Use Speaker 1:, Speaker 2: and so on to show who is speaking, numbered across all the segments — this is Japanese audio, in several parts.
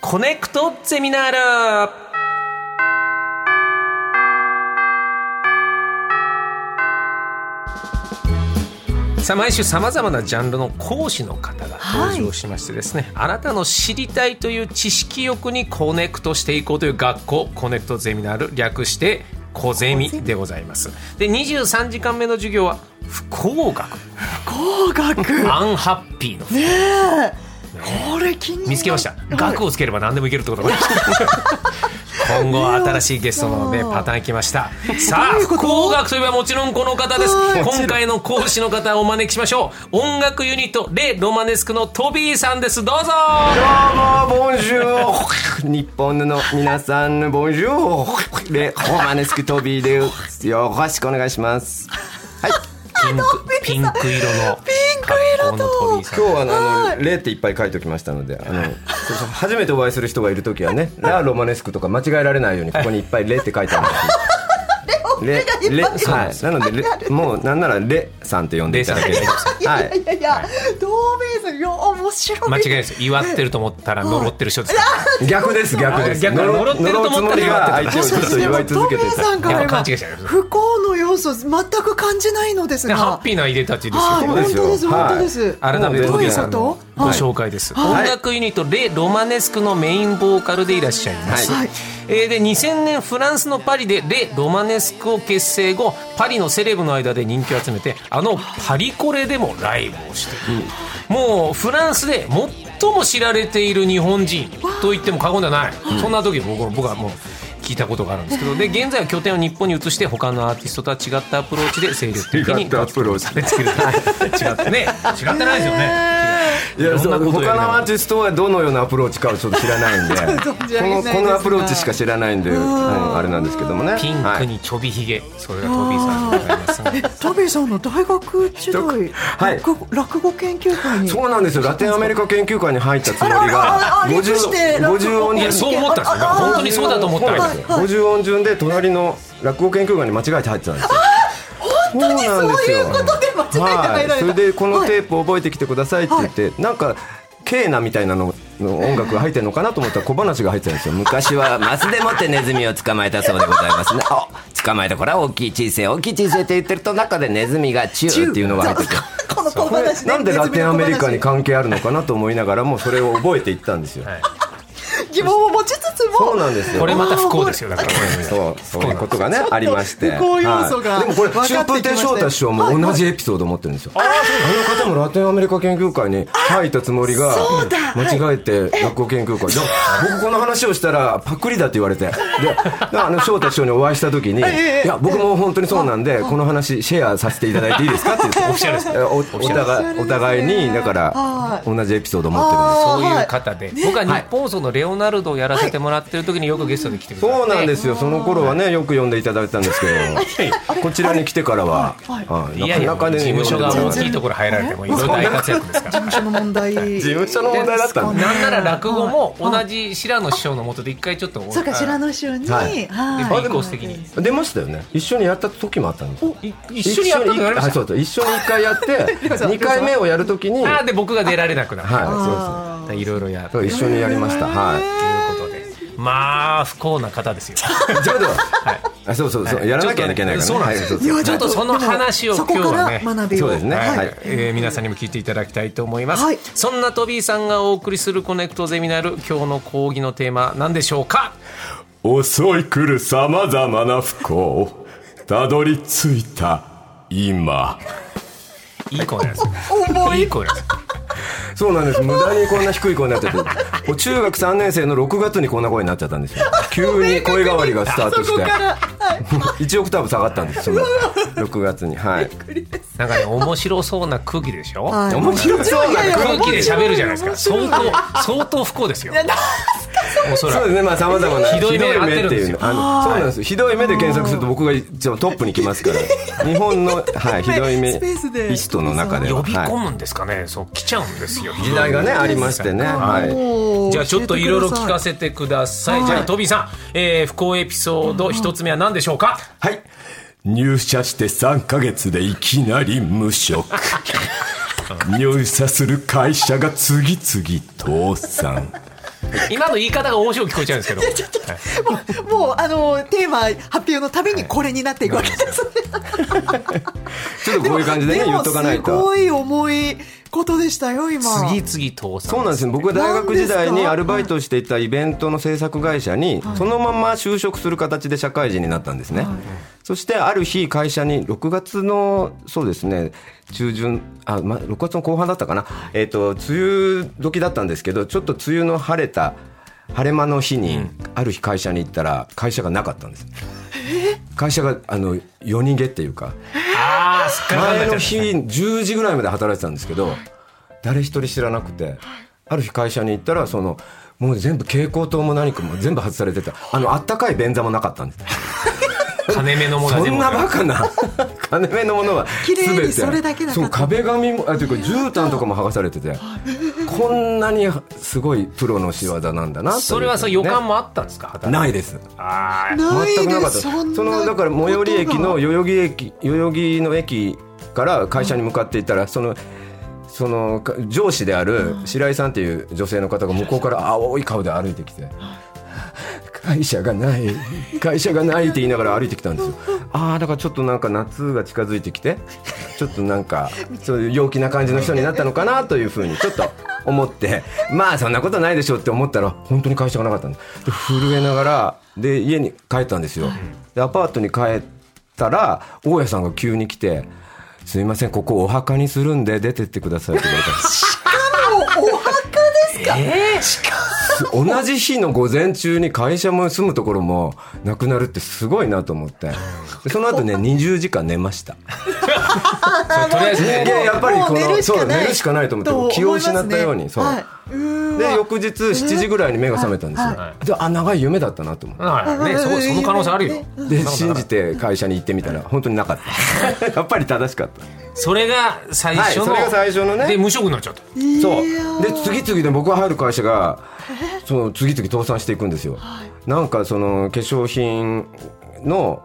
Speaker 1: コネクトゼミナールさあ毎週さまざまなジャンルの講師の方が登場しましてですね、あなたの知りたいという知識欲にコネクトしていこうという学校コネクトゼミナール略して小ゼミでございますで23時間目の授業は不幸学
Speaker 2: 工学
Speaker 1: アンハッピーの
Speaker 2: ねえこれ気になる
Speaker 1: 見つけました学
Speaker 2: を
Speaker 1: をつければ何でもいけるってこと が今後は新しいゲストのね
Speaker 2: そう
Speaker 1: パターンきましたさあ
Speaker 2: どういうこと
Speaker 1: 工学といえばもちろんこの方です
Speaker 2: はい
Speaker 1: 今回の講師の方をお招きしましょう音楽ユニットレ・ロマネスクのトビーさんですどうぞ
Speaker 3: どうもボンジュール日本の皆さんボンジュールレホマネスクトビーですよろしくお願いしますはい
Speaker 1: ピンクピンク色のピ
Speaker 2: ンク色と
Speaker 1: トビーさん
Speaker 3: 今日はあのあのレっていっぱい書いておきましたのであのそうそう初めてお会いする人がいる時はねラロマネスクとか間違えられないようにここにいっぱいレって書いてあるんですよレレはいなのでレもうなんならレさんと呼んでいただけれ
Speaker 1: レ
Speaker 3: ばはい
Speaker 2: いやいや透明さんいや面白い
Speaker 1: 間違いないです祝ってると思ったら呪ってる人ですから
Speaker 3: 逆です逆です
Speaker 1: 逆呪ってると思ったら
Speaker 3: 呪うつもりは相手を
Speaker 2: もし
Speaker 3: ず
Speaker 2: か
Speaker 3: っと
Speaker 2: して
Speaker 3: 祝い
Speaker 2: ト
Speaker 3: 続
Speaker 2: ミ
Speaker 3: け
Speaker 2: ー
Speaker 3: てた
Speaker 2: さんから
Speaker 1: いや
Speaker 2: 今
Speaker 1: 勘違いしてる
Speaker 2: 不幸の要素全く感じないのです
Speaker 1: で
Speaker 2: が
Speaker 1: ハッピーなイデたちですよ
Speaker 2: はい
Speaker 3: そ
Speaker 2: 本
Speaker 3: うですよ
Speaker 2: 当です
Speaker 3: はい
Speaker 2: 本当です
Speaker 1: 改めて
Speaker 3: ど
Speaker 1: ト
Speaker 3: う
Speaker 1: ビ
Speaker 3: い
Speaker 1: ー
Speaker 3: うこと
Speaker 1: さんのご紹介です、
Speaker 3: はい
Speaker 1: 音楽ユニットレ・ロマネスクのメインボーカルでいらっしゃいます、
Speaker 2: はい
Speaker 1: えーで2000年フランスのパリでレ・ロマネスクを結成後パリのセレブの間で人気を集めてあのパリコレでもライブをしている、もうフランスで最も知られている日本人と言っても過言ではない、そんな時僕僕はもう聞いたことがあるんですけどで現在は拠点を日本に移して他のアーティストとは違ったアプローチで精力的に
Speaker 3: 違ったアプローチ
Speaker 1: されている違ってね違ってないですよね
Speaker 3: いや
Speaker 1: いろん
Speaker 3: そ
Speaker 1: な
Speaker 3: う
Speaker 1: ことをや
Speaker 3: 他
Speaker 1: りながら
Speaker 3: のアーティストはどのようなアプローチかをちょっと知らないんで
Speaker 2: 存じ上げないですが
Speaker 3: このこのアプローチしか知らないんで、
Speaker 2: ん
Speaker 3: うんあれなんですけどもね
Speaker 1: ピン
Speaker 3: は
Speaker 1: ク
Speaker 3: い、
Speaker 1: にちょびひげ、それがトビーさんでございますが
Speaker 2: えトビーさんの大学時代、
Speaker 3: はい
Speaker 2: 落語落語研究会に
Speaker 3: そうなんですよラテンアメリカ研究会に入ったつもり
Speaker 2: あらあら
Speaker 3: が
Speaker 2: あら略して
Speaker 3: 50 50音
Speaker 1: いや
Speaker 3: 順
Speaker 1: そう思ったんですよだから本当にそうだと思ったんですよ
Speaker 2: はいはい
Speaker 3: 50音順で隣の落語研究会に間違えて入ってたんですよ
Speaker 2: 本当にそういうことで間違えて入られた、
Speaker 3: はい、それでこの
Speaker 2: はい
Speaker 3: テープ覚えてきてくださいって言って、なんかケーナみたいなのの音楽が入ってるのかなと思ったら小話が入ってるんですよ昔はマスでもってネズミを捕まえたそうでございますねあ捕まえたこれは大きい小さい大きい小さいって言ってると中でネズミがチューっていうのが入ってきて
Speaker 2: この小
Speaker 3: これ
Speaker 2: 話ね
Speaker 3: なんでラテンアメリカに
Speaker 2: ネズミの小話
Speaker 3: 関係あるのかなと思いながらもそれを覚えていったんですよ、
Speaker 2: 疑問を持ちつつも
Speaker 3: そうなんですよ
Speaker 1: これまた不幸ですよだから
Speaker 3: そうそういうことがねありまして
Speaker 2: 不幸要素が
Speaker 3: はいでもこれ
Speaker 2: 分かっ
Speaker 3: 春
Speaker 2: てきましたよ
Speaker 3: 風亭昇太師匠も同じエピソードを持ってるんですよ、あの方もラテンアメリカ研究会に入ったつもりが
Speaker 2: そうだ
Speaker 3: 間違えて学校研究会で僕この話をしたらパクリだって言われてであの昇太師匠にお会いした時に「い
Speaker 2: ええ
Speaker 3: や僕も本当にそうなんでこの話シェアさせていただいていいですか?」って 言ってお
Speaker 1: しゃれですね
Speaker 3: お互いお互いにだから
Speaker 2: はい
Speaker 3: 同じエピソードを持ってるんです
Speaker 1: そう
Speaker 2: あー
Speaker 1: いう
Speaker 2: は
Speaker 1: 方で、僕は日本放送のレオナルドをやらせてもらってる時によくゲストで来てくださって、
Speaker 3: そうなんですよ。その頃はね、よく呼んでいただいたんですけど、こちらに来てからは、
Speaker 2: はい
Speaker 3: はい
Speaker 1: いやいや
Speaker 3: なかなかね、
Speaker 1: 事務所が
Speaker 3: 呼んで
Speaker 1: 大
Speaker 3: もらえ
Speaker 1: き
Speaker 3: ない
Speaker 1: ところ入られてもいろいろ大活躍ですから
Speaker 2: 事務所の問題
Speaker 3: 事務所の問題だったん で。
Speaker 1: なんなら落語も同じ白野師匠のもとで一回ちょっと
Speaker 2: そうか白野市に、はい
Speaker 1: はいで移行して的に
Speaker 3: 出ましたよね。一緒にやった時もあったんですよ。
Speaker 1: い一緒にやったことありま
Speaker 3: はい
Speaker 1: し
Speaker 3: そ
Speaker 1: た
Speaker 3: うそう一緒に一回 やって、二回目をやるときに、
Speaker 1: あ
Speaker 3: は
Speaker 1: ーで僕が出られなくなっ
Speaker 3: い、
Speaker 1: た、
Speaker 3: そう
Speaker 2: あー
Speaker 1: い、ろいろやって
Speaker 3: そうそう。一緒にやりました。はい。
Speaker 1: ということでまあ不幸な方ですよ
Speaker 3: ちょうど、
Speaker 1: はい
Speaker 3: あそうそうそう、やらなきゃいけないからね。
Speaker 1: ちょっとねそうなんですよ
Speaker 3: はいそうそう
Speaker 1: ちょっとその話を
Speaker 2: そこ
Speaker 1: 今日
Speaker 2: か
Speaker 1: は
Speaker 2: ら
Speaker 1: ね
Speaker 2: 学びを
Speaker 3: そうですね
Speaker 1: はい
Speaker 3: はい
Speaker 1: えー皆さんにも聞いていただきたいと思います、
Speaker 2: はい
Speaker 1: そんなトビーさんがお送りするコネクトゼミナル今日の講義のテーマ何でしょうか
Speaker 4: 襲い来る様々な不幸たどり着いた今
Speaker 1: いい声なんですよ
Speaker 2: 重
Speaker 1: い
Speaker 2: い
Speaker 1: い声なんですよ
Speaker 3: そうなんです。無駄にこんな低い声になっちゃって、もう中学3年生の6月にこんな声になっちゃったんですよ。急に声変わりがスタート
Speaker 2: そ
Speaker 3: し
Speaker 2: こ
Speaker 3: て
Speaker 2: か。らはい
Speaker 3: 1オクターブ下がったんですその6月にはい
Speaker 1: なんかね面白そうな空気でしょ、
Speaker 2: はい
Speaker 3: 面白そうだ
Speaker 2: いやいや
Speaker 1: 空気で喋るじゃないですか
Speaker 2: 面白
Speaker 1: 相
Speaker 2: い
Speaker 1: 当相当不幸ですよおそ
Speaker 3: そう
Speaker 1: ら
Speaker 3: で
Speaker 1: く
Speaker 3: すねまあさまざまな
Speaker 1: ひどい目
Speaker 3: っていうのあのそうなんですひどい目で検索すると僕が一応トップに来ますから日本のはいひどい目
Speaker 2: スペースで
Speaker 3: リストの中では
Speaker 1: 呼び込
Speaker 3: は
Speaker 1: むんですかね、そう来ちゃうんですよ
Speaker 3: い時代がねありましてねはい
Speaker 2: もう
Speaker 1: じゃあちょっといろいろ聞か
Speaker 2: せ
Speaker 1: せてください。じゃあトビーさん、えー不幸エピソード一つ目は何でしょうか。
Speaker 4: はい入社して3ヶ月でいきなり無職入社する会社が次々倒産
Speaker 1: 今の言い方が面白く聞こえちゃうんですけど
Speaker 2: いやちょっともうもうあのテーマ発表のたびにこれになっていくわけですね
Speaker 3: ちょっとこういう感じでね、
Speaker 2: で
Speaker 3: 言
Speaker 2: も
Speaker 3: っと
Speaker 2: す
Speaker 3: かないと。
Speaker 2: ごい重いことでしたよ今
Speaker 1: 次々倒産
Speaker 3: そうなんですよ僕は大学時代
Speaker 2: なんです
Speaker 3: に
Speaker 2: か
Speaker 3: アルバイトしていたイベントの制作会社にそのまま就職する形で社会人になったんですね、そしてある日会社に6月のそうですね中旬あ、ま、6月の後半だったかな、えっと梅雨時だったんですけどちょっと梅雨の晴れた晴れ間の日に、ある日会社に行ったら会社がなかったんです会社があの夜逃げっていうか
Speaker 1: ああすっかり考えちゃ
Speaker 3: 前
Speaker 1: い
Speaker 3: の
Speaker 1: まし
Speaker 3: 日
Speaker 1: た
Speaker 3: 10時ぐらいまで働いてたんですけど誰一人知らなくてある日会社に行ったらそのもう全部蛍光灯も何かも全部外されてたあのあったかい便座もなかったんです
Speaker 1: 金目のものは
Speaker 3: そ
Speaker 1: 全
Speaker 3: ん
Speaker 1: 部
Speaker 3: なバカな 金目のものは
Speaker 2: 綺麗に
Speaker 3: 全て
Speaker 2: それだけなか
Speaker 3: そ
Speaker 2: った
Speaker 3: う壁紙もあというか絨毯とかも剥がされててこんなにすごいプロの仕業なんだなという
Speaker 1: それはその予感
Speaker 3: ね
Speaker 1: もあったんですか働いて
Speaker 3: ないです
Speaker 1: あー
Speaker 2: ない
Speaker 3: 全くなかっ
Speaker 2: で
Speaker 3: た
Speaker 2: す
Speaker 3: そ
Speaker 2: んな
Speaker 3: のだから最寄り駅
Speaker 2: こと
Speaker 3: の
Speaker 2: が
Speaker 3: 代々木駅代々木の駅から会社に向かっていったら、そのそのか上司である白井さんっていう女性の方が向こうから青い顔で歩いてきて。会社がない会社がないって言いながら歩いてきたんですよああだからちょっとなんか夏が近づいてきてちょっとなんかそういう陽気な感じの人になったのかなというふうにちょっと思ってまあそんなことないでしょうって思ったら本当に会社がなかったんですで震えながらで家に帰ったんですよでアパートに帰ったら大家さんが急に来て「すいませんここお墓にするんで出てってください」って言われたんです
Speaker 2: もうお墓ですか、
Speaker 3: 同じ日の午前中に会社も住むところもなくなるってすごいなと思ってでその 後ね20時間寝ました
Speaker 1: それとりあえずね
Speaker 3: い ややっぱりこの
Speaker 2: もう寝るしか
Speaker 3: そう
Speaker 2: ない
Speaker 3: 寝るしかないと思って
Speaker 2: と思います
Speaker 3: 気
Speaker 2: ね
Speaker 3: を失ったようにそう
Speaker 2: はいうーわ
Speaker 3: で翌日7時ぐらいに目が覚めたんですよ、
Speaker 1: は
Speaker 3: であ長い夢だったなと思って。
Speaker 1: はいねそ こその可能性あるよ
Speaker 3: で信じて会社に行ってみたら本当になかった やっぱり正しかった
Speaker 1: それが最初の、
Speaker 3: はいそれが最初のね
Speaker 1: で無職になっちゃった
Speaker 3: そうで次々で僕が入る会社がその次々倒産していくんですよ、なんかその化粧品の,、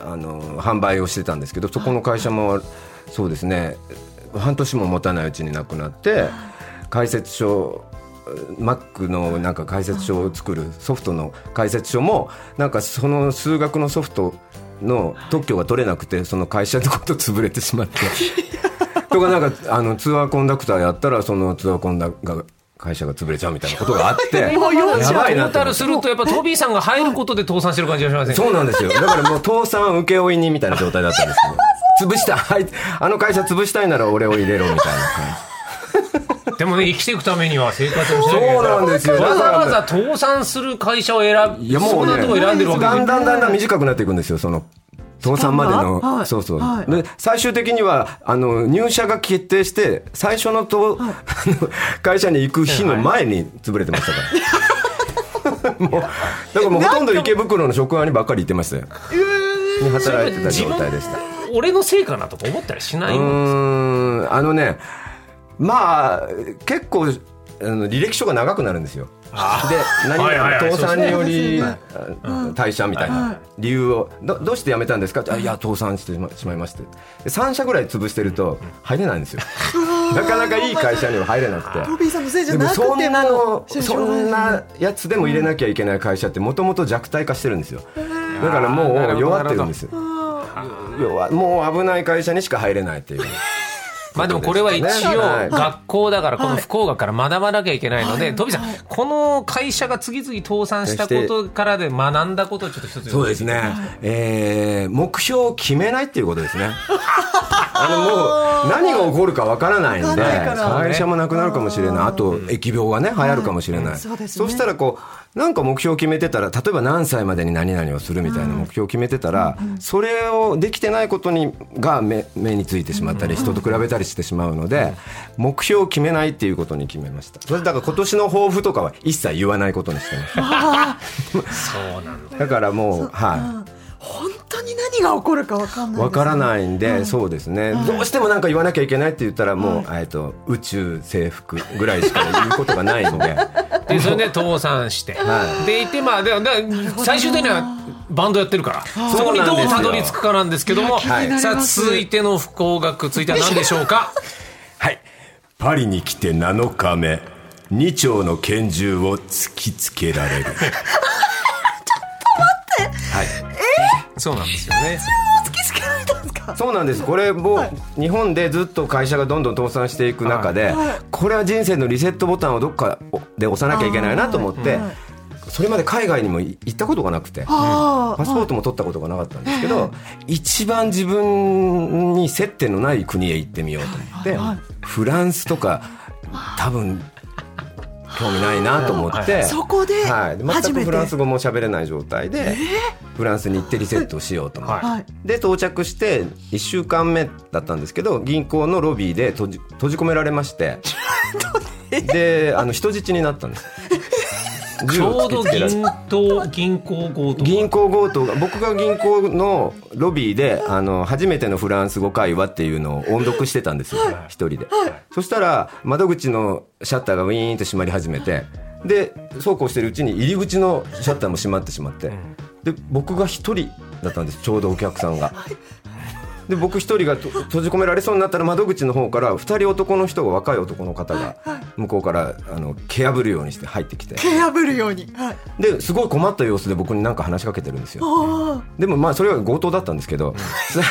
Speaker 3: あの販売をしてたんですけどそこの会社もそうですね半年も持たないうちになくなって解説書 Mac のなんか解説書を作るソフトの解説書もなんかその数学のソフトの特許が取れなくてその会社のこと潰れてしまってとかなんかあのツアーコンダクターやったらそのツアーコンダが会社が潰れちゃうみたいなことがあって
Speaker 2: も
Speaker 1: ト
Speaker 2: う四
Speaker 3: やばいな
Speaker 1: ー
Speaker 3: と
Speaker 1: タ
Speaker 3: 思
Speaker 1: ル
Speaker 3: って
Speaker 1: するとやっぱトビーさんが入ることで倒産してる感じがしませんか
Speaker 3: そうなんですよだからもう倒産請負人みたいな状態だったんですけど潰したはいあの会社潰したいなら俺を入れろみたいな感
Speaker 1: でもね生きていくためには生活をし
Speaker 3: じ
Speaker 1: なきゃいけ
Speaker 3: そうなんですよ
Speaker 1: わざわざ倒産する会社を選ぶ、
Speaker 3: いやもうね
Speaker 1: そんなとこ選んでるわけ
Speaker 3: だん
Speaker 1: で
Speaker 3: だんだんだん短くなっていくんですよその倒産までの、
Speaker 2: 期間がはい
Speaker 3: そうそう、
Speaker 2: はい
Speaker 3: で最終的にはあの入社が決定して最初のと、あの会社に行く日の前に潰れてまし たから、 もうだからもうほとんど池袋の職場にばっかり行ってましたよに働いてた状態でした
Speaker 1: 俺のせいかなとか思ったりしないうもん
Speaker 3: ーんあのねまあ結構あの履歴書が長くなるんですよ。で何
Speaker 1: はいはいはい
Speaker 3: 倒産により、
Speaker 2: そう
Speaker 3: あ退社みたいな理由をどどうして辞めたんですかってあいや倒産してしましまいましてで3社ぐらい潰してると入れないんですよなかなかいい会社には入れなくて
Speaker 2: トビーさんのせいじゃ
Speaker 3: でも
Speaker 2: なくて
Speaker 3: そんなの
Speaker 2: 社
Speaker 3: そ
Speaker 2: 長
Speaker 3: んなやつでも入れなきゃいけない会社ってもともと弱体化してるんですよだからもう弱ってるんですよ弱もう危ない会社にしか入れないっていう
Speaker 1: まあでもこれは一応
Speaker 3: はい
Speaker 1: 学校だからこの福岡から学ばなきゃいけないので、トビーさん、この会社が次々倒産したことからで学んだことをちょっと一つ
Speaker 3: そうですね、えー目標を決めないっていうこと ですね。あのもう何が起こるかわからないん
Speaker 2: わ
Speaker 3: で
Speaker 2: からないから
Speaker 3: 会社もなくなるかもしれないあと疫病がね流行るかもしれない、
Speaker 2: はいそうですね
Speaker 3: したらこうなんか目標を決めてたら例えば何歳までに何々をするみたいな目標を決めてたら、それをできてないことにが目目についてしまったり人と比べたりしてしまうので、目標を決めないっていうことに決めましたそれだから今年の抱負とかは一切言わないことにしてます
Speaker 1: そうなんだ。
Speaker 3: だからもうはい。
Speaker 2: 本当に何が起こるかわかんないですね
Speaker 3: わからないんで、そうですね、どうしてもなんか言わなきゃいけないって言ったらもう、えっと宇宙征服ぐらいしか言うことがないので
Speaker 1: で、それで倒産して。
Speaker 3: は
Speaker 1: で、いて、まあ、でもだ最終的にはバンドやってるから、そこにどうたどり着くかなんですけども、
Speaker 3: なんですよ
Speaker 1: さあ、
Speaker 2: はい
Speaker 1: 続いての不幸学、続いては何でしょうか
Speaker 4: パリに来て7日目二丁の拳銃を突きつけられ る。
Speaker 1: そうなんですよね
Speaker 2: 突きつけられたんですか
Speaker 3: そうなんですこれもう日本でずっと会社がどんどん倒産していく中でこれは人生のリセットボタンをどっかで押さなきゃいけないなと思ってそれまで海外にも行ったことがなくて
Speaker 2: あ
Speaker 3: パスポートも取ったことがなかったんですけど一番自分に接点のない国へ行ってみようと思ってフランスとか多分興味ないなと思って
Speaker 2: あそこで
Speaker 3: はい、で
Speaker 2: 初
Speaker 3: 全く
Speaker 2: め
Speaker 3: フ
Speaker 2: て
Speaker 3: ランス語も喋れない状態で、フランスに行ってリセットしようと思って、
Speaker 1: は
Speaker 2: はい
Speaker 3: で到着して1週間目だったんですけど銀行のロビーで閉じ閉じ込められま してであの人質になったんです
Speaker 1: ち
Speaker 3: 銃
Speaker 1: ょ
Speaker 3: を
Speaker 1: う
Speaker 3: 突
Speaker 1: ど
Speaker 3: きつけられ
Speaker 1: 銀行銀行強盗
Speaker 3: 銀行強盗が僕が銀行のロビーであの初めてのフランス語会話っていうのを音読してたんですよ一人でそしたら窓口のシャッターがウィーンと閉まり始めてでそうこうしてるうちに入り口のシャッターも閉まってしまってで僕が一人だったんですちょうどお客さんが。で僕一人がと閉じ込められそうになったら窓口の方から二人男の人が若い男の方が向こうからあの蹴破るようにして入ってきて
Speaker 2: 蹴破るようにはい
Speaker 3: ですごい困った様子で僕に何か話しかけてるんですよ。
Speaker 2: あ
Speaker 3: でもまあそれは強盗だったんですけど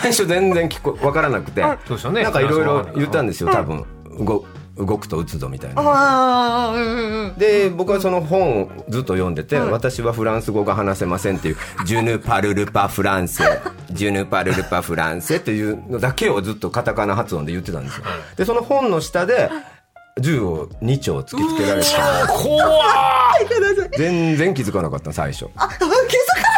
Speaker 3: 最初全然聞こ分からなくて
Speaker 1: そうですよね
Speaker 3: なんかいろいろ言ったんですよ多分動動くと打つぞみたい
Speaker 2: あ
Speaker 3: な。
Speaker 2: ああうんうんうん
Speaker 3: で僕はその本をずっと読んでて、
Speaker 2: はい
Speaker 3: 私はフランス語が話せませんっていう「ジュヌ・パルルパ・フランセ」「ジュヌ・パルルパ・フランセ」っていうのだけをずっとカタカナ発音で言ってたんですよでその本の下で銃を2丁突きつけられて
Speaker 1: 怖
Speaker 3: 全然気づかなかった最初
Speaker 2: あ気づか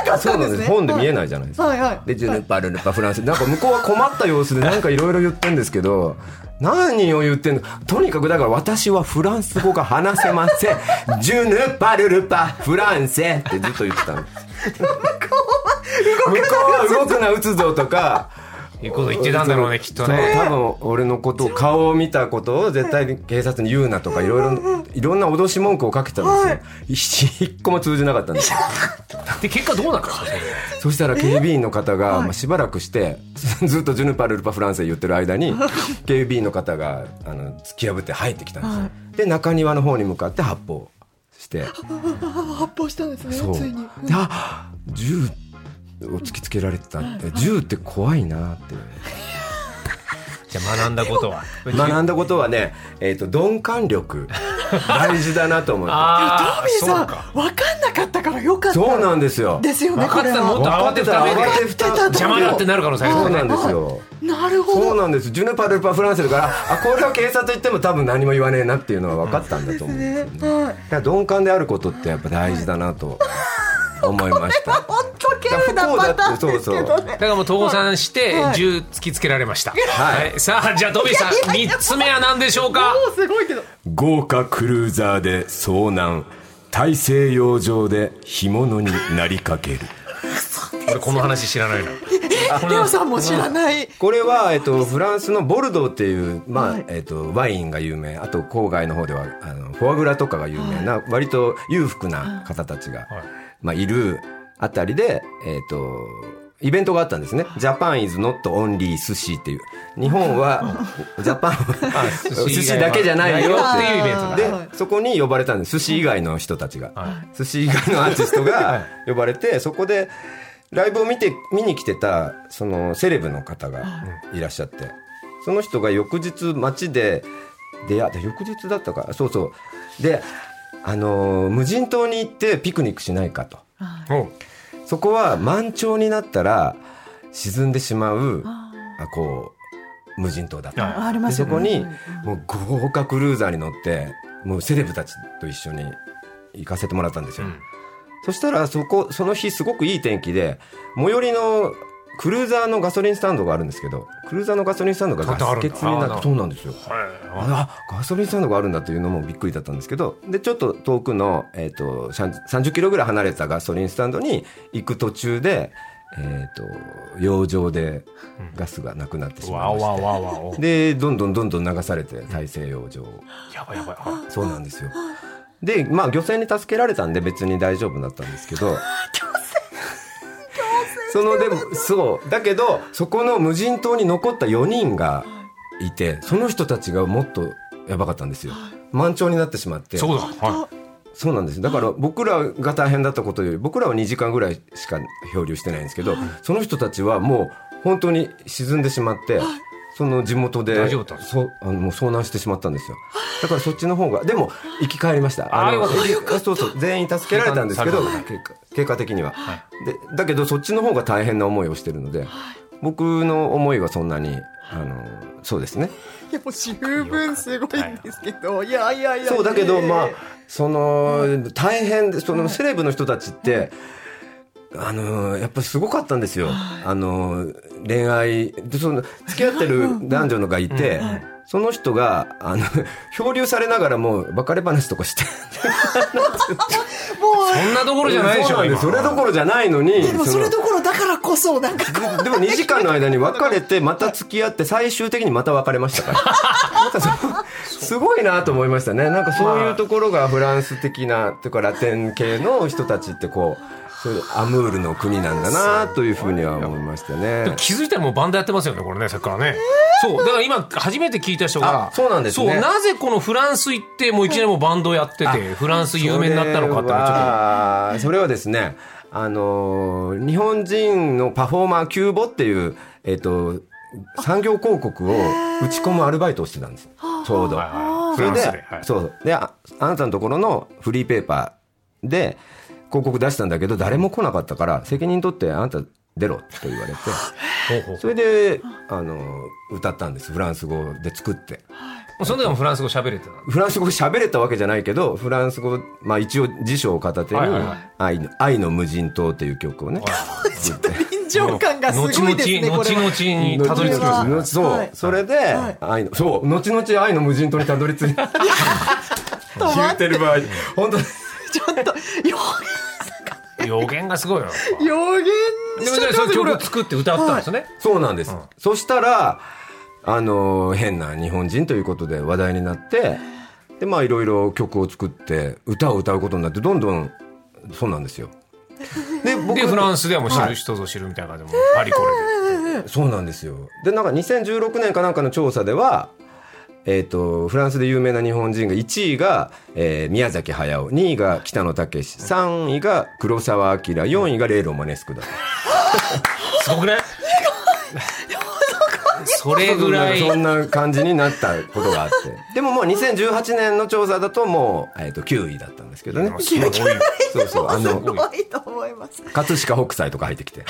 Speaker 2: なかっ
Speaker 3: そ
Speaker 2: た
Speaker 3: うんなん
Speaker 2: です
Speaker 3: です
Speaker 2: ね
Speaker 3: 本で見えないじゃないですか
Speaker 2: はいはい
Speaker 3: で、ジュヌパルルパフランス。なんか向こうは困った様子でなんかいろいろ言ってんですけど、何を言ってんのとにかくだから私はフランス語が話せません。ジュヌパルルパフランセってずっと言ってたんです。向こうは動くな、打つぞとか、
Speaker 1: いいうこと言ってたんだろうねきっとね
Speaker 3: そう多分俺のことを顔を見たことを絶対に警察に言うなとかいろいろいろんな脅し文句をかけたんですよ一個も通じなかったんですよ
Speaker 1: で結果どうなったのそれ
Speaker 3: そしたら警備員の方が、まあ、しばらくして、 ずっとジュヌパルルパフランス言ってる間に、警備員の方が、あの、突き破って入ってきたんですよ。で、中庭の方に向かって発砲して、
Speaker 2: 発砲したんですね
Speaker 3: そう。
Speaker 2: つ
Speaker 3: で
Speaker 2: いに、
Speaker 3: あ銃を突きつけられてたって、銃って怖いなって。
Speaker 1: じゃあ学んだことは
Speaker 3: 学んだことはね、えっ、と、鈍感 力、大事だなと思って。
Speaker 1: ああ
Speaker 2: トミーさ
Speaker 1: そ
Speaker 2: ん
Speaker 1: うか
Speaker 2: 分かんなかったからよかった
Speaker 3: そうなんですよ。
Speaker 2: ですよね
Speaker 1: 分か
Speaker 2: こ
Speaker 1: っ
Speaker 2: れ
Speaker 1: たもっ
Speaker 2: は
Speaker 1: と慌てふためで
Speaker 3: 慌てふた
Speaker 2: 慌てふた
Speaker 1: 邪魔だってなる可能性ありま
Speaker 3: そ
Speaker 1: す
Speaker 3: う
Speaker 1: ね
Speaker 3: なんですよ。
Speaker 2: なるほ
Speaker 3: そう
Speaker 2: ど
Speaker 3: なんです。ジュネパルパフランセだから、あ、これは警察行っても多分何も言わねえなっていうのは分かったんだと思うんですよね。だ
Speaker 2: はい
Speaker 3: から鈍感であることってやっぱ大事だなと思いました。
Speaker 2: 本当ケルなパターンですけどね
Speaker 1: だからもう倒産して
Speaker 2: はい
Speaker 1: 銃突きつけられました、
Speaker 3: はい
Speaker 1: はいさあじゃあトミーさん三つ目は何でしょうか
Speaker 2: もうすごいけど
Speaker 4: 豪華クルーザーで遭難。大西洋上で干物になりかける。
Speaker 1: 俺この話知らないなこ
Speaker 2: レ
Speaker 1: の
Speaker 2: オさんも知らない
Speaker 3: これは、えっと、フランスのボルドーっていう、まあ、
Speaker 2: はい
Speaker 3: えっと、ワインが有名。あと、郊外の方では、あの、フォアグラとかが有名な、割と裕福な方たちが、まあ、いるあたりで、えっと、イベントがあったんですね。ジャパンイズノットオンリー寿司っていう。日本は、ジャパンは、
Speaker 1: 以外は
Speaker 3: 寿司だけじゃないよ
Speaker 1: っ
Speaker 3: ってて
Speaker 1: い
Speaker 3: いうう
Speaker 1: イベントだ
Speaker 2: あ
Speaker 3: で
Speaker 2: はい、
Speaker 3: そこに呼ばれたんです。寿司以外の人たちが。
Speaker 1: は
Speaker 3: 寿司以外のアーティストが呼ばれて、そこでライブを見て、見に来てた、そのセレブの方がいらっしゃって、その人が翌日街で出会って、翌日だったか、そうそう。で、あのー無人島に行ってピクニックしないかと。
Speaker 1: おう
Speaker 3: そこは満潮になったら沈んでしまう、あこう、無人島だった。
Speaker 2: ありま
Speaker 3: です
Speaker 2: よ
Speaker 3: そ
Speaker 2: ね
Speaker 3: こにもう豪華クルーザーに乗ってもうセレブたちと一緒に行かせてもらったんですよ、
Speaker 1: うん
Speaker 3: そしたらそこその日すごくいい天気で最寄りのクルーザーのガソリンスタンドがあるんですけどクルーザーのガソリンスタンドがガス欠に
Speaker 1: ちゃんとあるんだあ
Speaker 3: な
Speaker 1: ー
Speaker 3: ってそうなんですよ
Speaker 1: はい
Speaker 3: あガソリンスタンドがあるんだというのもびっくりだったんですけどでちょっと遠くの、えー、と30キロぐらい離れたガソリンスタンドに行く途中で、えー、と洋上でガスがなくなってしま
Speaker 1: わ
Speaker 3: いまして、
Speaker 1: わわわお
Speaker 3: でどんどんどんどん流されて大西洋上
Speaker 1: やばいやばいあ
Speaker 3: そうなんですよでまあ漁船に助けられたんで別に大丈夫だったんですけどそのでもそうだけどそこの無人島に残った4人がいてその人たちがもっとやばかったんですよ満潮になってしまって
Speaker 1: そうだ、は
Speaker 3: そうなんですだから僕らが大変だったことより僕らは2時間ぐらいしか漂流してないんですけどその人たちはもう本当に沈んでしまってその地元で
Speaker 1: 大丈夫だったんです
Speaker 3: そうあのもう遭難してしまったんですよだからそっちの方がでも生き返りました
Speaker 1: あー
Speaker 3: の
Speaker 1: よかった
Speaker 3: そうそう全員助けられたんですけど
Speaker 1: 生還され
Speaker 3: 結果結果的には、でだけどそっちの方が大変な思いをしてるので僕の思いはそんなにあのそうですね
Speaker 2: でも十分すごいんですけど、いやいやいや。
Speaker 3: そうだけど、まあ
Speaker 2: ね、
Speaker 3: その、大変で、そのセレブの人たちって、あの、やっぱすごかったんですよ。あの、恋愛、でその、付き合ってる男女のがいて、その人が、あの、漂流されながらもう別れ話とかして。
Speaker 1: い、そんなところじゃないでし
Speaker 3: そう
Speaker 1: ょ
Speaker 3: なん
Speaker 1: 今
Speaker 3: すそれどころじゃないのに。
Speaker 2: でも
Speaker 3: そ
Speaker 2: そ
Speaker 3: の
Speaker 2: れどころだからこそ、なんかこ
Speaker 3: でも2時 間の間に別れて、また付き合って、最終的にまた別れましたから。 なんかそうすごいなと思いましたね。なんかそういうところがフランス的な、というかラテン系の人たちってこう、そういうアムールの国なんだなというふうには思いました
Speaker 1: で
Speaker 3: ね
Speaker 1: も。気づいたらもうバンドやってますよね、これね、さっきからね。そう、だから今、初めて聞いた人が
Speaker 3: あ、そうなんですね
Speaker 1: そう、なぜこのフランス行って、もういきなりもうバンドやってて、フランス有名になったのかってのはちょっと。
Speaker 3: はそれはですね、あのー日本人のパフォーマーキューボっていう、えっ、と、産業広告を打ち込むアルバイトをしてたんです。ちょうど。
Speaker 1: はいはい
Speaker 3: それ
Speaker 1: フ
Speaker 3: で、
Speaker 1: ランスではい
Speaker 3: そう。で、ああなたのところのフリーペーパーで広告出したんだけど、誰も来なかったから、責任取ってあなた出ろって言われて、
Speaker 1: ほうほう
Speaker 3: それで、あの、歌ったんです。フランス語で作って。
Speaker 1: その時はもうフランス語喋れてたの。
Speaker 3: フランス語喋れたわけじゃないけど、フランス語、まあ一応辞書を片手に、
Speaker 1: はいはいはい
Speaker 3: 愛の愛の無人島っていう曲をね。
Speaker 2: 臨場感がすごいですね、
Speaker 1: 後
Speaker 2: これ
Speaker 1: 々、
Speaker 2: は。
Speaker 1: 後々にたどり着くんです
Speaker 2: は
Speaker 1: ね。
Speaker 3: のそう、
Speaker 2: はい
Speaker 3: それで、
Speaker 2: はい
Speaker 3: 愛の、そう、後々愛の無人島にたどり着いて、
Speaker 2: ちょっと待って、
Speaker 3: てる場合、本当に。
Speaker 2: ちょっと、
Speaker 1: 予言がすごいよ。
Speaker 2: 予予言
Speaker 1: で
Speaker 2: し
Speaker 1: も
Speaker 2: ち
Speaker 1: じ
Speaker 2: ゃ
Speaker 1: ゃあ
Speaker 2: った
Speaker 1: そ
Speaker 2: んで
Speaker 1: の
Speaker 2: すこれ
Speaker 1: 曲作って歌ったんですね。
Speaker 3: そうなんです。そしたら、あの、変な日本人ということで話題になって、で、まあいろいろ曲を作って、歌を歌うことになって、どんどん、そうな んですよ。で、僕
Speaker 1: で、フラン
Speaker 3: ス。
Speaker 1: スではもう知る人ぞ知るみたいな感じで、もうパリコレで。
Speaker 3: そうなんですよ。で、なんか2016年かなんかの調査では、えっ、と、フランスで有名な日本人が、1位が、えー宮崎駿、2位が北野武、3位が黒沢明、4位がレイロマネスクだった。
Speaker 1: すごくないそれぐらい。
Speaker 3: そんな感じになったことがあって。 でももう2018年の調査だともう、えっ、と、9位だったんですけどね。
Speaker 1: すごいよ。
Speaker 3: そうそう、あ
Speaker 2: す
Speaker 3: の、
Speaker 2: ごいと思います。
Speaker 3: 葛飾北斎とか入ってき て。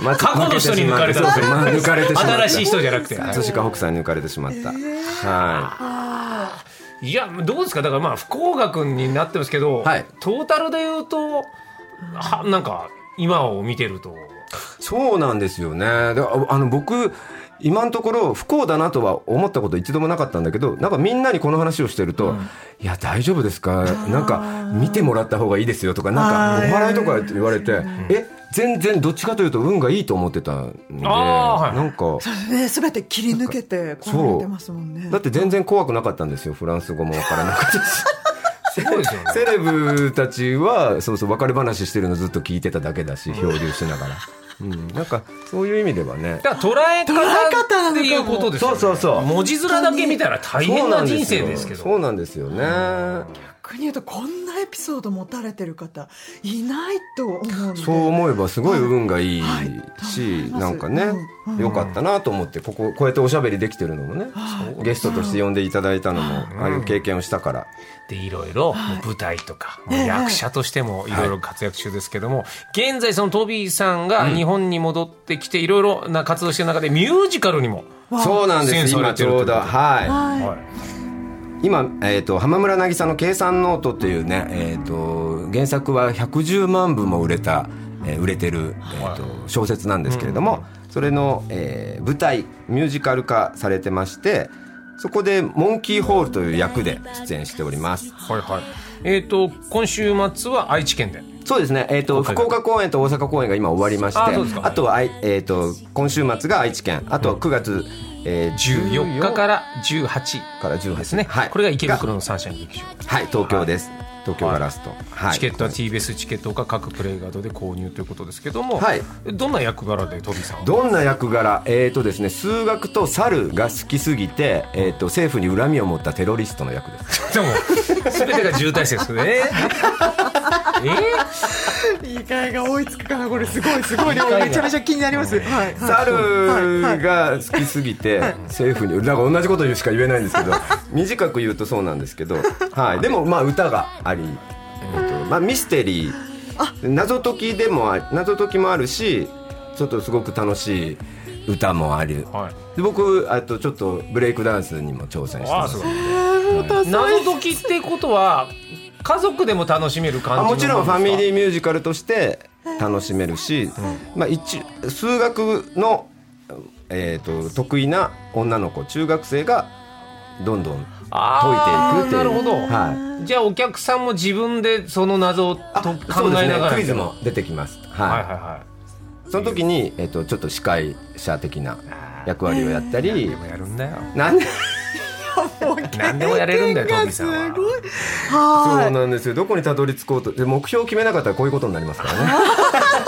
Speaker 3: ま
Speaker 1: 過去の人に抜かれた
Speaker 3: そうそう、まあ抜かれてしまった。
Speaker 1: 新しい人じゃなくて。はい
Speaker 3: 葛飾北斎に抜かれてしまった。はい。
Speaker 1: いや、どうですかだからまあ、福岡君になってますけど、
Speaker 3: はい
Speaker 1: トータルで言うと、はなんか、今を見てると、
Speaker 3: そうなんですよね。でああの、僕、今のところ不幸だなとは思ったこと一度もなかったんだけど、なんかみんなにこの話をしてると、いや、大丈夫ですかなんか、見てもらった方がいいですよとか、なんか、お笑いとか言われて、え、全然どっちかというと運がいいと思ってたんで、
Speaker 1: あーはい
Speaker 3: なんか、
Speaker 2: ね、すべて切り抜けて、こられてますもんね
Speaker 3: だっ。て全然怖くなかったんですよ。フランス語もわからなかったし。
Speaker 1: すごいですよ ね。
Speaker 3: セレブた ちは、そうそう、別れ話してるのずっと聞いてただけだし、漂流しながら。うん、なんか、そういう意味ではね。
Speaker 1: だから捉え方っていうことですよね。
Speaker 3: 捉え方なのかもそうそうそう
Speaker 1: 文字面だけ見たら大変な人生ですけど。
Speaker 3: そうなんですよそうなんですよね。
Speaker 2: 逆に言うと、こんなエピソード持たれてる方、いないと思うので。
Speaker 3: そう思えばすごい運がいいし、
Speaker 2: い
Speaker 3: なんかね
Speaker 2: う、
Speaker 3: 良かったなと思って、ここ、こうやっておしゃべりできてるのもね、ゲストとして呼んでいただいたのも、ああいう経験をしたから。
Speaker 1: でいろいろもう舞台とか、もう役者としてもいろいろ活躍中ですけども、現在そのトビーさんが日本に戻ってきていろいろな活動してる中でミュージカルにも、
Speaker 3: そうなんです、
Speaker 1: 出演さ
Speaker 3: 今
Speaker 1: れて
Speaker 3: ち
Speaker 1: る
Speaker 3: ょう
Speaker 1: と
Speaker 3: ど。
Speaker 1: いうことで
Speaker 3: はい。
Speaker 1: はい
Speaker 3: 今、えー、と浜村渚の「計算ノート」というね、えー、と原作は110万部も売れた、えー売れてる、えー、と小説なんですけれども、それの、えー舞台ミュージカル化されてましてそこでモンキーホールという役で出演しております
Speaker 1: はいはい。えっ、と、今週末は愛知県で。
Speaker 3: そうですね、えー、と
Speaker 1: 今回が
Speaker 3: 福岡公演と大阪公演が今終わりまして
Speaker 1: あそうです
Speaker 3: あ,、
Speaker 1: か
Speaker 3: とは、あいえー、と今週末が愛知県あとは9月、えー
Speaker 1: 14日から18
Speaker 3: から18
Speaker 1: ですね。
Speaker 3: はい
Speaker 1: これが池袋のサンシャイン劇場。
Speaker 3: はい東京です、東京ガラスと、はい
Speaker 1: チケットは TBS チケットか各プレイガードで購入ということですけども、
Speaker 3: はい
Speaker 1: どんな役柄でトビさんは
Speaker 3: どんな役柄えーとですね数学と猿が好きすぎて、えー、と政府に恨みを持ったテロリストの役です
Speaker 1: でも全てが渋滞してるんです よねえ
Speaker 2: 言い換えが追いつくかなこれすごいすごいでもめちゃめちゃ気になります。はいはい
Speaker 3: 猿が好きすぎて政府になんか同じことしか言えないんですけ ど短く言うとそうなんですけど、はい、でもまあ歌があり、えっとまあ、ミステリー謎解きでもあ謎解きもあるしちょっとすごく楽しい歌もある、
Speaker 1: はい
Speaker 3: で僕あとちょっとブレイクダンスにも挑戦して
Speaker 1: あ
Speaker 3: ま
Speaker 1: あす
Speaker 3: す
Speaker 1: ごい謎解きってことは家族でも楽しめる感じ
Speaker 3: あ
Speaker 1: の
Speaker 3: もちろんファミ
Speaker 1: ー
Speaker 3: リーミュージカルとして楽しめるし、まあ、一数学の、えー、と得意な女の子中学生がどんどん
Speaker 1: あ
Speaker 3: 解
Speaker 1: ー
Speaker 3: いていくっていう
Speaker 1: なるほど、
Speaker 3: は
Speaker 1: じゃあお客さんも自分でその謎をと考
Speaker 3: そうです
Speaker 1: え
Speaker 3: ね
Speaker 1: ながら、
Speaker 3: クイズも出てきます、はい
Speaker 1: はいはいは
Speaker 3: その時に、えー、とちょっと司会者的な役割をやったり
Speaker 1: いやるんだよ
Speaker 3: なんで
Speaker 1: 何でもやれるんだよトビさん
Speaker 2: す
Speaker 1: は
Speaker 2: ごい。
Speaker 3: そう
Speaker 2: は
Speaker 3: なんですよどこにたどり着こうとで目標を決めなかったらこういうことになりますからね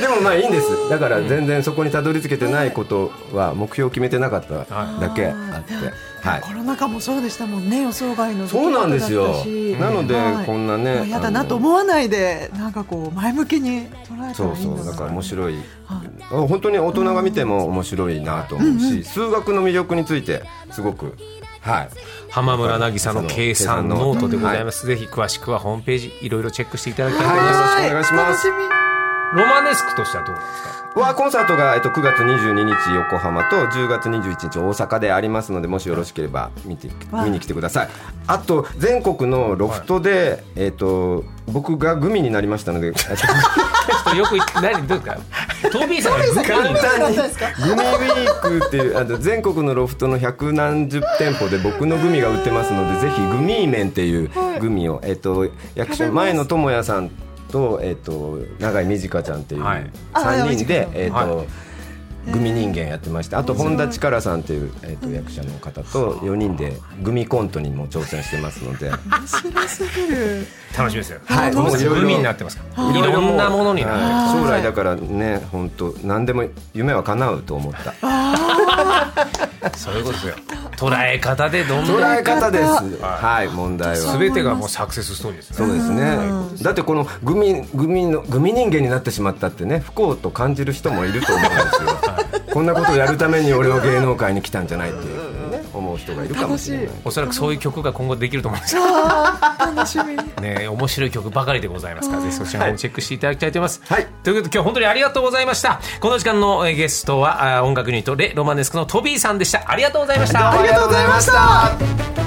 Speaker 3: でもまあいいんですだから全然そこにたどり着けてないことは目標を決めてなかっただけあって、はい
Speaker 2: い。コロナ禍もそうでしたもんね予想外の出来
Speaker 3: そう
Speaker 2: 事だ
Speaker 3: なん
Speaker 2: っ
Speaker 3: で
Speaker 2: たし。
Speaker 3: すよなので
Speaker 2: はい
Speaker 3: こんなね
Speaker 2: まあやだなと思わないでなんかこう前向きに捉えた
Speaker 3: そ
Speaker 2: ら
Speaker 3: う
Speaker 2: いい
Speaker 3: そ
Speaker 2: んだ
Speaker 3: うだから
Speaker 2: な。
Speaker 3: 面白い、あ本当に大人が見ても面白いなと思うし、数学の魅力についてすごくはい
Speaker 1: 浜村渚の計算ノートでございます、ぜひ詳しくはホームページいろいろチェックしていただきたいと思います、
Speaker 3: はいよろしくお願いします
Speaker 2: 楽み
Speaker 1: ロマネスクとしてはどうなんですか
Speaker 3: はコンサートが、えっと、9月22日横浜と10月21日大阪でありますのでもしよろしければ見て見に来てくださいあと全国のロフトで、えっと、僕がグミになりましたので
Speaker 1: ちょっとよく言って何どうですかトビーさんがグミ
Speaker 3: 簡単に
Speaker 2: グミ
Speaker 3: グ
Speaker 2: だ
Speaker 3: ミ
Speaker 2: ったんですか
Speaker 3: ウィークっていうあの全国のロフトの百何十店舗で僕のグミが売ってますのでぜひグミーメンっていうグミを、えっと、役所前野智也さんと、えっと、永井美智香ちゃんっていう
Speaker 1: はい
Speaker 3: 3人で、
Speaker 2: あ
Speaker 3: えっと
Speaker 1: は
Speaker 3: グミ人間やってましてあと本田力さんっていう、えっと、役者の方と4人でグミコントにも挑戦してます ので。
Speaker 2: 白すぎる。
Speaker 1: 楽しみですよ、
Speaker 3: はい
Speaker 1: もう
Speaker 3: もういろいろ
Speaker 1: グミになってますからい
Speaker 3: い
Speaker 1: ろんなものになる
Speaker 3: はい将来だからね本当何でも夢は叶うと思った
Speaker 1: そういうことですよ捉え方で どんどん
Speaker 3: 捉え方ですはい問題は
Speaker 1: 全てがもうサクセスストーリーですね
Speaker 3: そうですね。だってこのグミグミのグミ人間になってしまったってね不幸と感じる人もいると思うんですよ。こんなことをやるために俺は芸能界に来たんじゃないっていうふうにね思う人がいるかもしれない
Speaker 2: 楽。
Speaker 1: おそらくそういう曲が今後できると思います
Speaker 2: あー楽しみ。
Speaker 1: ね面白い曲ばかりでございますから、ぜひそちらの方もチェックしていただきたいと思います。
Speaker 3: はい
Speaker 1: ということで今日本当にありがとうございました。この時間のえーゲストはあー音楽ユニットレ・ロマネスクのトビーさんでした。ありがとうございました。
Speaker 3: ありがとうございました。